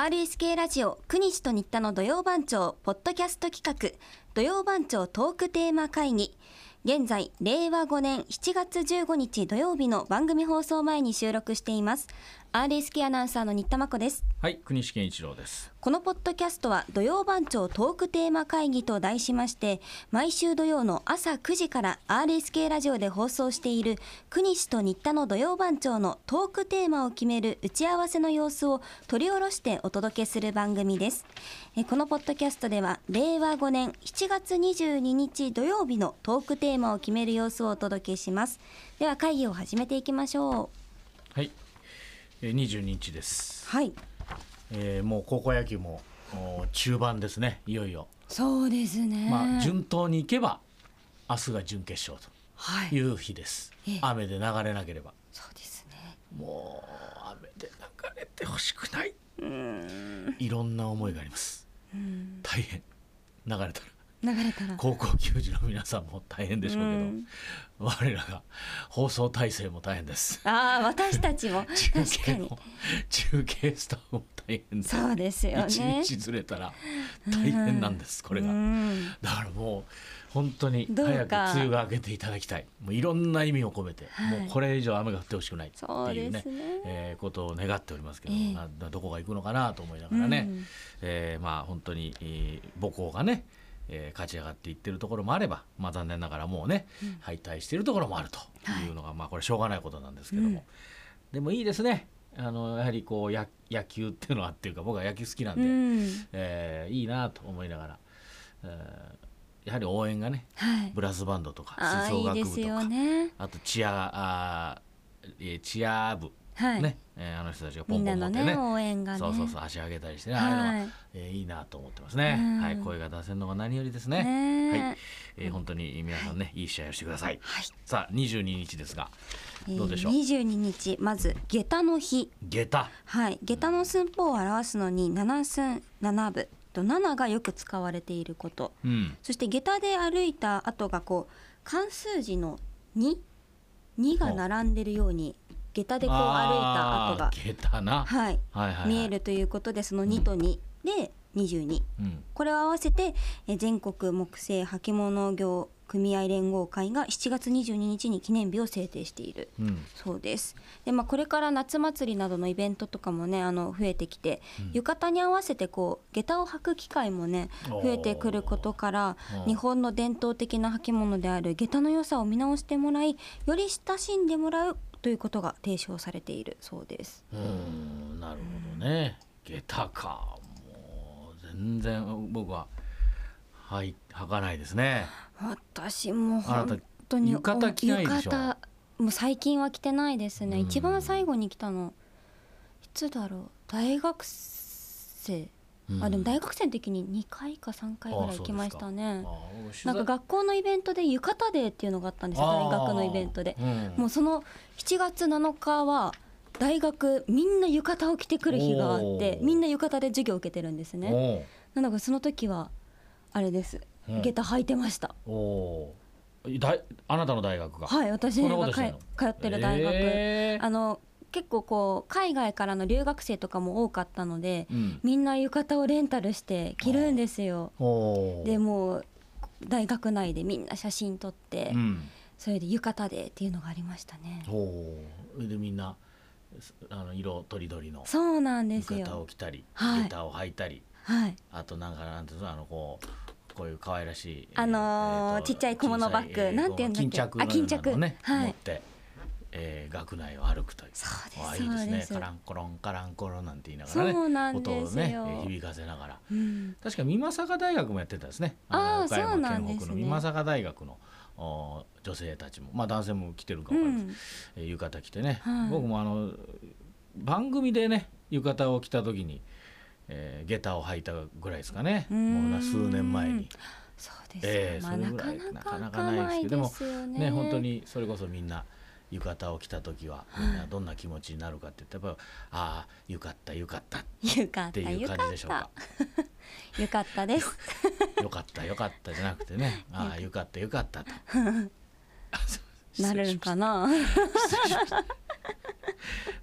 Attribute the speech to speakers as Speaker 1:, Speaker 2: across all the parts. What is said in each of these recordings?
Speaker 1: RSK ラジオ国西と新田の土曜番長ポッドキャスト企画土曜番長トークテーマ会議現在令和5年7月15日土曜日の番組放送前に収録しています RSK アナウンサーの新田真子です
Speaker 2: はい、国試健一郎です。
Speaker 1: このポッドキャストは土曜番長トークテーマ会議と題しまして毎週土曜の朝9時から RSK ラジオで放送している国西と新田の土曜番長のトークテーマを決める打ち合わせの様子を取り下ろしてお届けする番組ですえこのポッドキャストでは令和5年7月22日土曜日のトークテーマを決める様子をお届けしますでは会議を始めていきましょう
Speaker 2: はい、えー、22日です。
Speaker 1: はい
Speaker 2: えー、もう高校野球もお中盤ですね。いよいよ。
Speaker 1: そうですね
Speaker 2: まあ順当にいけば明日が準決勝
Speaker 1: は
Speaker 2: と
Speaker 1: い
Speaker 2: いう日です
Speaker 1: ええ。
Speaker 2: 雨で流れなければ。
Speaker 1: そうですね
Speaker 2: もう雨で流れてほしくない。いろんな思いがあります。大変。流れたら
Speaker 1: 流れたら
Speaker 2: 高校球児の皆さんも大変でしょうけど、
Speaker 1: うん
Speaker 2: 我らが放送体制も大変です。
Speaker 1: ああ私た ちも確
Speaker 2: 中継
Speaker 1: かに
Speaker 2: の中継スタッフも大変だ
Speaker 1: そうですよ
Speaker 2: 一
Speaker 1: ね。
Speaker 2: 日ずれたら大変なんです、これが、
Speaker 1: うん
Speaker 2: だからもう本当に
Speaker 1: どうか
Speaker 2: 早く梅雨が明けていただきたいもういろんな意味を込めて、
Speaker 1: はい
Speaker 2: もうこれ以上雨が降ってほしくないって
Speaker 1: そう
Speaker 2: い
Speaker 1: で
Speaker 2: うね
Speaker 1: すね
Speaker 2: えーことを願っておりますけど、
Speaker 1: ええ
Speaker 2: ななどこが行くのかなと思いながらね、
Speaker 1: うん
Speaker 2: えーまあ本当に、えー母校がね、えー勝ち上がっていってるところもあれば、まあ、残念ながらもうね、敗退しているところもあるというのが、まあこれしょうがないことなんですけども、でもいいですねあのやはりこうや野球っていうのはっていうか僕は野球好きなんで、
Speaker 1: うん
Speaker 2: えーいいなと思いながら、えーやはり応援がね
Speaker 1: はい。
Speaker 2: ブラスバンドとか
Speaker 1: ああ
Speaker 2: 吹奏
Speaker 1: いい
Speaker 2: 楽
Speaker 1: で
Speaker 2: 部
Speaker 1: す
Speaker 2: と
Speaker 1: よ
Speaker 2: か、
Speaker 1: ね。
Speaker 2: あとチアあー、えーチア部、
Speaker 1: はい。
Speaker 2: ね、えーあの人たちがポ
Speaker 1: みん
Speaker 2: ンポ
Speaker 1: な
Speaker 2: ン持
Speaker 1: の
Speaker 2: ってね
Speaker 1: ね応援がね。
Speaker 2: そうそうそう足上げたりしてね、
Speaker 1: はい
Speaker 2: ああいうのが、えーいいなと思ってますね、
Speaker 1: うん
Speaker 2: はい声が出せるのが何よりですね
Speaker 1: ねえ
Speaker 2: はい、えー本当に皆さんね、い、い試合をしてください、さあ22日ですが
Speaker 1: えー
Speaker 2: どうでしょう
Speaker 1: 22日まず下駄の日。
Speaker 2: 下駄
Speaker 1: はい。下駄の寸法を表すのに七寸七分と七がよく使われていること。
Speaker 2: うん
Speaker 1: そして下駄で歩いた後がこう関数字の二二が並んでるように下駄でこう歩いた
Speaker 2: あ
Speaker 1: 跡が
Speaker 2: ー下駄な、
Speaker 1: はい
Speaker 2: はいはいはい
Speaker 1: 見えるということでその2と2で22
Speaker 2: うん
Speaker 1: これを合わせてえ全国木製履物業組合連合会が7月22日に記念日を制定している
Speaker 2: うん
Speaker 1: そうですで、まあ、これから夏祭りなどのイベントとかもねあの増えてきて、浴衣に合わせてこう下駄を履く機会もね
Speaker 2: おー
Speaker 1: 増えてくることから
Speaker 2: うん
Speaker 1: 日本の伝統的な履物である下駄の良さを見直してもらいより親しんでもらうということが提唱されているそうです。
Speaker 2: うーんなるほどね下駄かもう全然僕ははい履かないですね
Speaker 1: 私も
Speaker 2: あなた
Speaker 1: 本当に
Speaker 2: 浴衣着ないでしょ
Speaker 1: 浴衣もう最近は着てないですね、
Speaker 2: うん
Speaker 1: 一番最後に着たのいつだろう大学生、
Speaker 2: うん
Speaker 1: あでも大学生の時に2回か3回ぐらい着ました
Speaker 2: あ
Speaker 1: ね
Speaker 2: ー
Speaker 1: な
Speaker 2: 取
Speaker 1: んか
Speaker 2: 材
Speaker 1: 学校のイベントで浴衣デーっていうのがあったんですよ
Speaker 2: あ
Speaker 1: 大
Speaker 2: ー
Speaker 1: 学のイベントで、
Speaker 2: うん
Speaker 1: もうその7月7日は大学みんな浴衣を着てくる日があって
Speaker 2: おー
Speaker 1: みんな浴衣で授業を受けてるんですねなのでその時はあれです
Speaker 2: うん
Speaker 1: 下駄履いてました、
Speaker 2: おおーだいあなたの大学が
Speaker 1: はい、私
Speaker 2: そんなこと
Speaker 1: が
Speaker 2: してん
Speaker 1: か
Speaker 2: の
Speaker 1: 通ってる大学、
Speaker 2: えー
Speaker 1: あの結構こう海外からの留学生とかも多かったので、
Speaker 2: うん
Speaker 1: みんな浴衣をレンタルして着るんですよ。
Speaker 2: おー
Speaker 1: でもう大学内でみんな写真撮って、
Speaker 2: うん
Speaker 1: それで浴衣でっていうのがありましたね。
Speaker 2: おーでみんなすあの色とりどりの
Speaker 1: そうなんです
Speaker 2: 浴衣を
Speaker 1: よ。
Speaker 2: 着たり
Speaker 1: はい
Speaker 2: 下駄を履いたり
Speaker 1: はい。
Speaker 2: あとなんかなんていうのあのこうこういう可愛らしい
Speaker 1: あのー
Speaker 2: えと
Speaker 1: ちっちゃい小物バッグ
Speaker 2: 小さい
Speaker 1: なんていうんだっけ
Speaker 2: 巾着のような
Speaker 1: あ巾着
Speaker 2: のをね、
Speaker 1: はい
Speaker 2: 持って、えー、学内を歩くという
Speaker 1: そうです
Speaker 2: ああいいです
Speaker 1: そう
Speaker 2: ね
Speaker 1: です
Speaker 2: カランコロンカランコロンなんて言いながらね
Speaker 1: そうなんですよ
Speaker 2: 音をねえー響かせながら
Speaker 1: うん。
Speaker 2: 確か美作大学もやってたですね
Speaker 1: あー
Speaker 2: の岡山
Speaker 1: そうなんですね
Speaker 2: 県北の美作大学のお女性たちもまあ男性も来てるかも、
Speaker 1: うん
Speaker 2: えー浴衣着てね、
Speaker 1: はい
Speaker 2: 僕もあの番組でね浴衣を着た時に、えー、下駄を履いたぐらいですかね
Speaker 1: うーん
Speaker 2: もうな数年前に、
Speaker 1: そうです、
Speaker 2: えー
Speaker 1: まあ
Speaker 2: それ
Speaker 1: な
Speaker 2: ぐ
Speaker 1: から
Speaker 2: い
Speaker 1: なか開
Speaker 2: なかな
Speaker 1: か
Speaker 2: か
Speaker 1: な
Speaker 2: ない
Speaker 1: い
Speaker 2: です
Speaker 1: で
Speaker 2: けど
Speaker 1: すよね。
Speaker 2: ね、本当にそれこそみんな浴衣を着た時はみんなどんな気持ちになるかって言ったらやっぱああよかったよかったっ
Speaker 1: 浴
Speaker 2: て
Speaker 1: 衣
Speaker 2: いう
Speaker 1: 浴
Speaker 2: 感じでしょうか
Speaker 1: 衣。浴衣です。
Speaker 2: よかったよかったじゃなくてねああよかったよ かったとあそう
Speaker 1: なるんかな。
Speaker 2: 失礼しました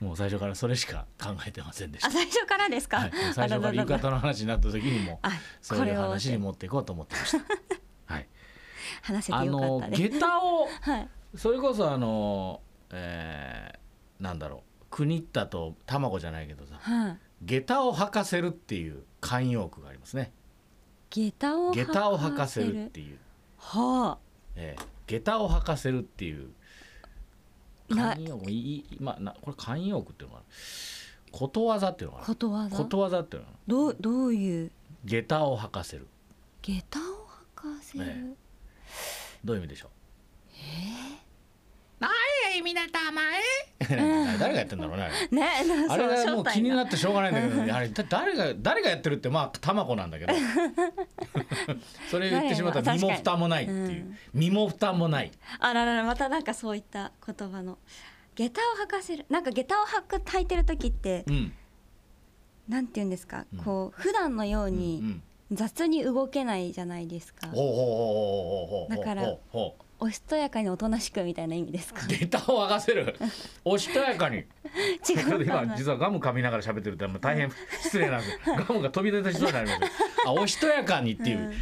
Speaker 2: もう最初からそれしか考えてませんでし
Speaker 1: あ
Speaker 2: た。
Speaker 1: 最初からですか、
Speaker 2: はい、もう最初から浴
Speaker 1: あららら
Speaker 2: 衣の話になった時にも
Speaker 1: あ
Speaker 2: そういう
Speaker 1: こ
Speaker 2: 話
Speaker 1: れ
Speaker 2: に
Speaker 1: を
Speaker 2: 持っていこうと思ってました。 はい、
Speaker 1: 話せ
Speaker 2: あ
Speaker 1: てよかっ
Speaker 2: の
Speaker 1: たです
Speaker 2: 下駄を
Speaker 1: はい
Speaker 2: それこそあの、えーなんだろう国ったと卵じゃないけどさ
Speaker 1: はい
Speaker 2: 下駄を履かせるっていう慣用句がありますね
Speaker 1: 下駄を
Speaker 2: 下駄を履かせるっていう、
Speaker 1: は
Speaker 2: えー下駄を履かせるっていう
Speaker 1: な
Speaker 2: 慣用句いいまあなこれ慣用句っていうのかなことわざっていうの
Speaker 1: あ
Speaker 2: か
Speaker 1: ことわ
Speaker 2: な
Speaker 1: ざ
Speaker 2: ことわざっていうのかな
Speaker 1: どうどういう
Speaker 2: 下駄を履かせる
Speaker 1: 下駄を履かせる、
Speaker 2: えどういう意味でしょうええ前へ皆様へ 誰がやってんだろう ねあれ
Speaker 1: ねな
Speaker 2: あ
Speaker 1: そ
Speaker 2: れがもう気に
Speaker 1: 正
Speaker 2: なってしょうがないんだけど、あれだ誰が誰がやってるってまあ卵な んだけどそれ言ってしまったら身も蓋もないっていう、身も蓋もない
Speaker 1: 体あらららまたなんかそういった言葉の下駄を履かせるなんか下駄を履く履いてる時って
Speaker 2: うん、
Speaker 1: なんて言うんですか、
Speaker 2: うん
Speaker 1: こう普段のよう
Speaker 2: うんう
Speaker 1: に
Speaker 2: ん、
Speaker 1: 雑に動けないじゃないですか、
Speaker 2: ほうほうほうほうほうほう
Speaker 1: だから
Speaker 2: ほうほう
Speaker 1: おしとやかにおとなしくみたいな意味です か
Speaker 2: 下駄を沸かせ るおしとやかに
Speaker 1: 違
Speaker 2: これ
Speaker 1: う
Speaker 2: で
Speaker 1: か
Speaker 2: 今
Speaker 1: な
Speaker 2: 実はガム噛みながら喋ってるって大変失礼なんですガムが飛び出てきそうになり ますあおしとやかにっていう、
Speaker 1: うん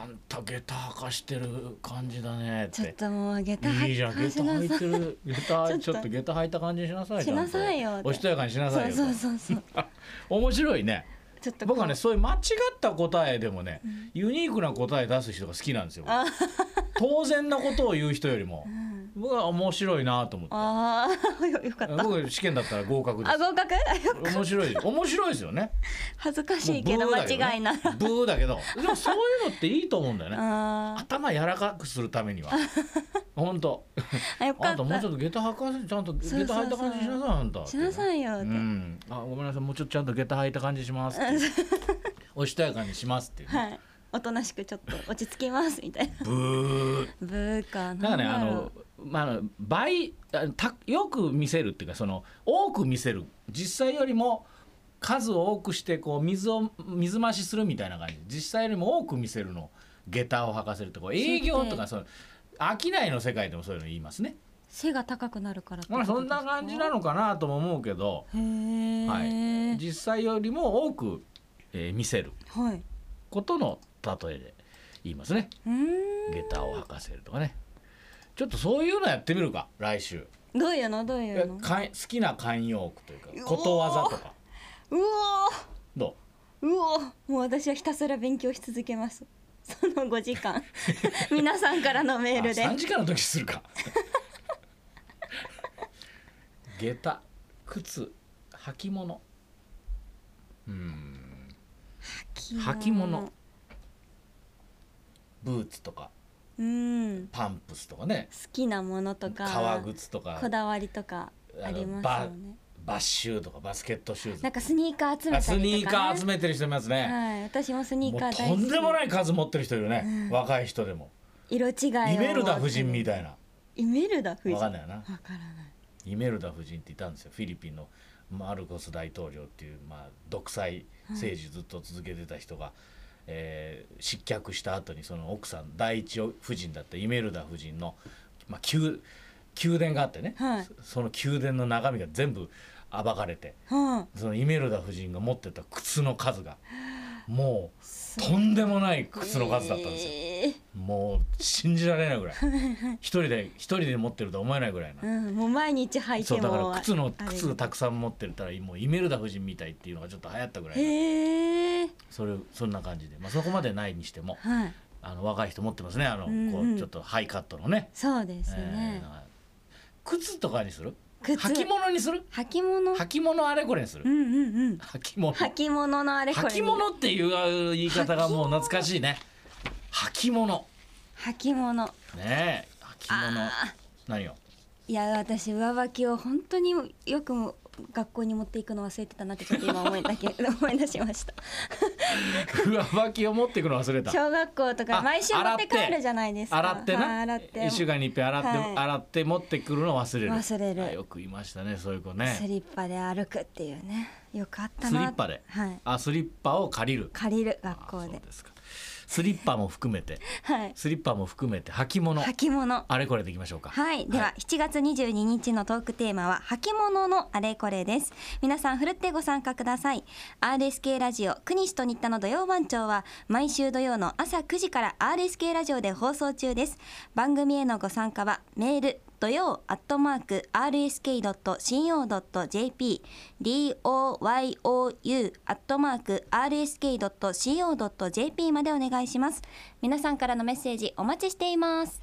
Speaker 2: あんた下駄履かしてる感じだねっ。
Speaker 1: ちょってともう下駄
Speaker 2: いいじゃん、下
Speaker 1: 履
Speaker 2: 駄
Speaker 1: かせな
Speaker 2: 履い
Speaker 1: さい
Speaker 2: てる、下駄、
Speaker 1: ち
Speaker 2: ち
Speaker 1: ょ
Speaker 2: ょ
Speaker 1: っと
Speaker 2: っと下駄履いた感じにしなさい。
Speaker 1: しなさいよ
Speaker 2: ちゃんと
Speaker 1: って
Speaker 2: おしとやかにしなさいよ。
Speaker 1: そうそうそうそう
Speaker 2: 面白いね。
Speaker 1: ちょっとこう
Speaker 2: 僕はね、そういう間違った答えでもね、ユニークな答え出す人が好きなんですよ。僕当然なことを言う人よりも、僕は面白いなと思っ
Speaker 1: ああ よよか
Speaker 2: て。
Speaker 1: った
Speaker 2: 僕試験だったら合格で
Speaker 1: あ合格 あよ
Speaker 2: す。面白い、面白いです よね。
Speaker 1: 恥ずか
Speaker 2: も
Speaker 1: し
Speaker 2: う
Speaker 1: い
Speaker 2: ブ
Speaker 1: けど
Speaker 2: ーだね
Speaker 1: 間違いなら
Speaker 2: ブーだけど、でもそういうのっていいと 思うんだよね。
Speaker 1: あ
Speaker 2: 頭柔らかくするた めには。本当。
Speaker 1: ーあよか
Speaker 2: あ
Speaker 1: っ
Speaker 2: んたもうち
Speaker 1: た
Speaker 2: ょっと下駄履かせてちゃんと
Speaker 1: そうそう
Speaker 2: 下
Speaker 1: そう
Speaker 2: 駄履いた感じしなさいあんた
Speaker 1: しなさいよっ
Speaker 2: う
Speaker 1: て、
Speaker 2: ん、あごめんなさいもうちょっとちゃんと下駄履いた感じしますって おしとやかにしますっていう、ね
Speaker 1: はいおとなしくちょっと落ち着きますみたいな
Speaker 2: ブー
Speaker 1: ブーか
Speaker 2: だ
Speaker 1: な
Speaker 2: か
Speaker 1: ん
Speaker 2: らねあ
Speaker 1: だろ
Speaker 2: のまああの倍あたよく見せるっていうかその多く見せる実際よりも数を多くしてこう水を水増しするみたいな感じ実際よりも多く見せるの下駄を履かせるとこう営業とかその商いの世界でもそういうの言いますね。
Speaker 1: う背が高くなるからって
Speaker 2: まあそんな感じなのかなとも思うけど。
Speaker 1: へえ
Speaker 2: はい、実際よりも多く、えー見せる
Speaker 1: はい、
Speaker 2: ことの例えで言いますね
Speaker 1: うーん
Speaker 2: 下駄を履かせるとかねちょっとそういうのやってみるか来週
Speaker 1: どういうのどういうの
Speaker 2: かん好きな慣用句という
Speaker 1: う
Speaker 2: か
Speaker 1: おー
Speaker 2: ことわざとか
Speaker 1: うおー
Speaker 2: ど
Speaker 1: うおもう私はひたすら勉強し続けますその5時 間皆さんからの
Speaker 2: う
Speaker 1: メールで
Speaker 2: 3時間の時するか下駄靴履物うーん履物ブーツとか
Speaker 1: うん
Speaker 2: パンプスとかね
Speaker 1: 好きなものとか
Speaker 2: 革靴とか
Speaker 1: こだわりとかありますよね
Speaker 2: バッシューとかバスケットシューズ
Speaker 1: なんかスニーカー集め
Speaker 2: ス
Speaker 1: たりとか、ね、
Speaker 2: ニーカー集めてる人いますね。
Speaker 1: はい私もスニーカー
Speaker 2: もう
Speaker 1: 大
Speaker 2: と
Speaker 1: 好き
Speaker 2: んでもない数持ってる人いるね、若い人でも。
Speaker 1: 色違いを
Speaker 2: イメルダ夫人みたいな。
Speaker 1: イメルダ夫人
Speaker 2: わかんないよな。
Speaker 1: わからない
Speaker 2: イメルダ夫人っていたんですよ。フィリピンのマルコス大統領っていう、まあ、独裁政治ずっと続けてた人が、えー失脚した後にその奥さん第一夫人だったイメルダ夫人の、まあ、宮宮殿があってね、
Speaker 1: はい
Speaker 2: そその宮殿の中身が全部暴かれて
Speaker 1: はあ
Speaker 2: そのイメルダ夫人が持ってた靴の数がもうとんでもない靴の数だったんですよ。
Speaker 1: えー
Speaker 2: もう信じられないぐらい一人で一人で持ってるとは思えないぐらいな、
Speaker 1: うん、もう毎日履い
Speaker 2: そ
Speaker 1: て
Speaker 2: うだか
Speaker 1: も
Speaker 2: ら靴の
Speaker 1: あれ
Speaker 2: 靴たくさん持ってるたらもうイメルダ夫人みたいっていうのがちょっと流行ったぐらいな
Speaker 1: へえ
Speaker 2: それそんな感じで、まあ、そこまでないにしても
Speaker 1: はい
Speaker 2: あの若い人持ってますねあの、
Speaker 1: うんうん
Speaker 2: こうちょっとハイカットのね
Speaker 1: そうです
Speaker 2: え
Speaker 1: ね
Speaker 2: ー、なんか靴とかにする
Speaker 1: 靴
Speaker 2: 履物にする
Speaker 1: 履物
Speaker 2: 履物あれこれにする
Speaker 1: うんうんうん
Speaker 2: 履物
Speaker 1: 履物のあれこれ
Speaker 2: 履物っていう言い方がもう懐かしいね履物
Speaker 1: 履物
Speaker 2: ねえ履物何よ
Speaker 1: いや私上履きを本当によくも学校に持っていくの忘れてたなってちょっと今思いだけ思い出しました
Speaker 2: 上履きを持っていくの忘れた
Speaker 1: 小学校とか
Speaker 2: あ
Speaker 1: 毎週持って帰るじゃないですか
Speaker 2: 洗って
Speaker 1: はい
Speaker 2: な
Speaker 1: 洗って
Speaker 2: 一週間に一遍洗って、
Speaker 1: はい
Speaker 2: 洗って持ってくるの忘れる
Speaker 1: 忘れる
Speaker 2: あよく言いましたねそういう子
Speaker 1: ス
Speaker 2: ね
Speaker 1: リッパで歩くっていうねよかった
Speaker 2: ス
Speaker 1: な
Speaker 2: リッパで
Speaker 1: はい
Speaker 2: あスリッパを借りる
Speaker 1: 借りる
Speaker 2: あ
Speaker 1: 学校
Speaker 2: そ
Speaker 1: で
Speaker 2: うですかスリッパも含めて
Speaker 1: はい。
Speaker 2: スリッパも含めて履物
Speaker 1: 履物。
Speaker 2: あれこれでいきましょうか
Speaker 1: はい、では7月22日のトークテーマは履物のあれこれです皆さんふるってご参加ください RSK ラジオ国西と新田の土曜番長は毎週土曜の朝9時から RSK ラジオで放送中です番組へのご参加はメール土曜アットマーク rsk.co.jp doyou アットマーク rsk.co.jp までお願いします皆さんからのメッセージお待ちしています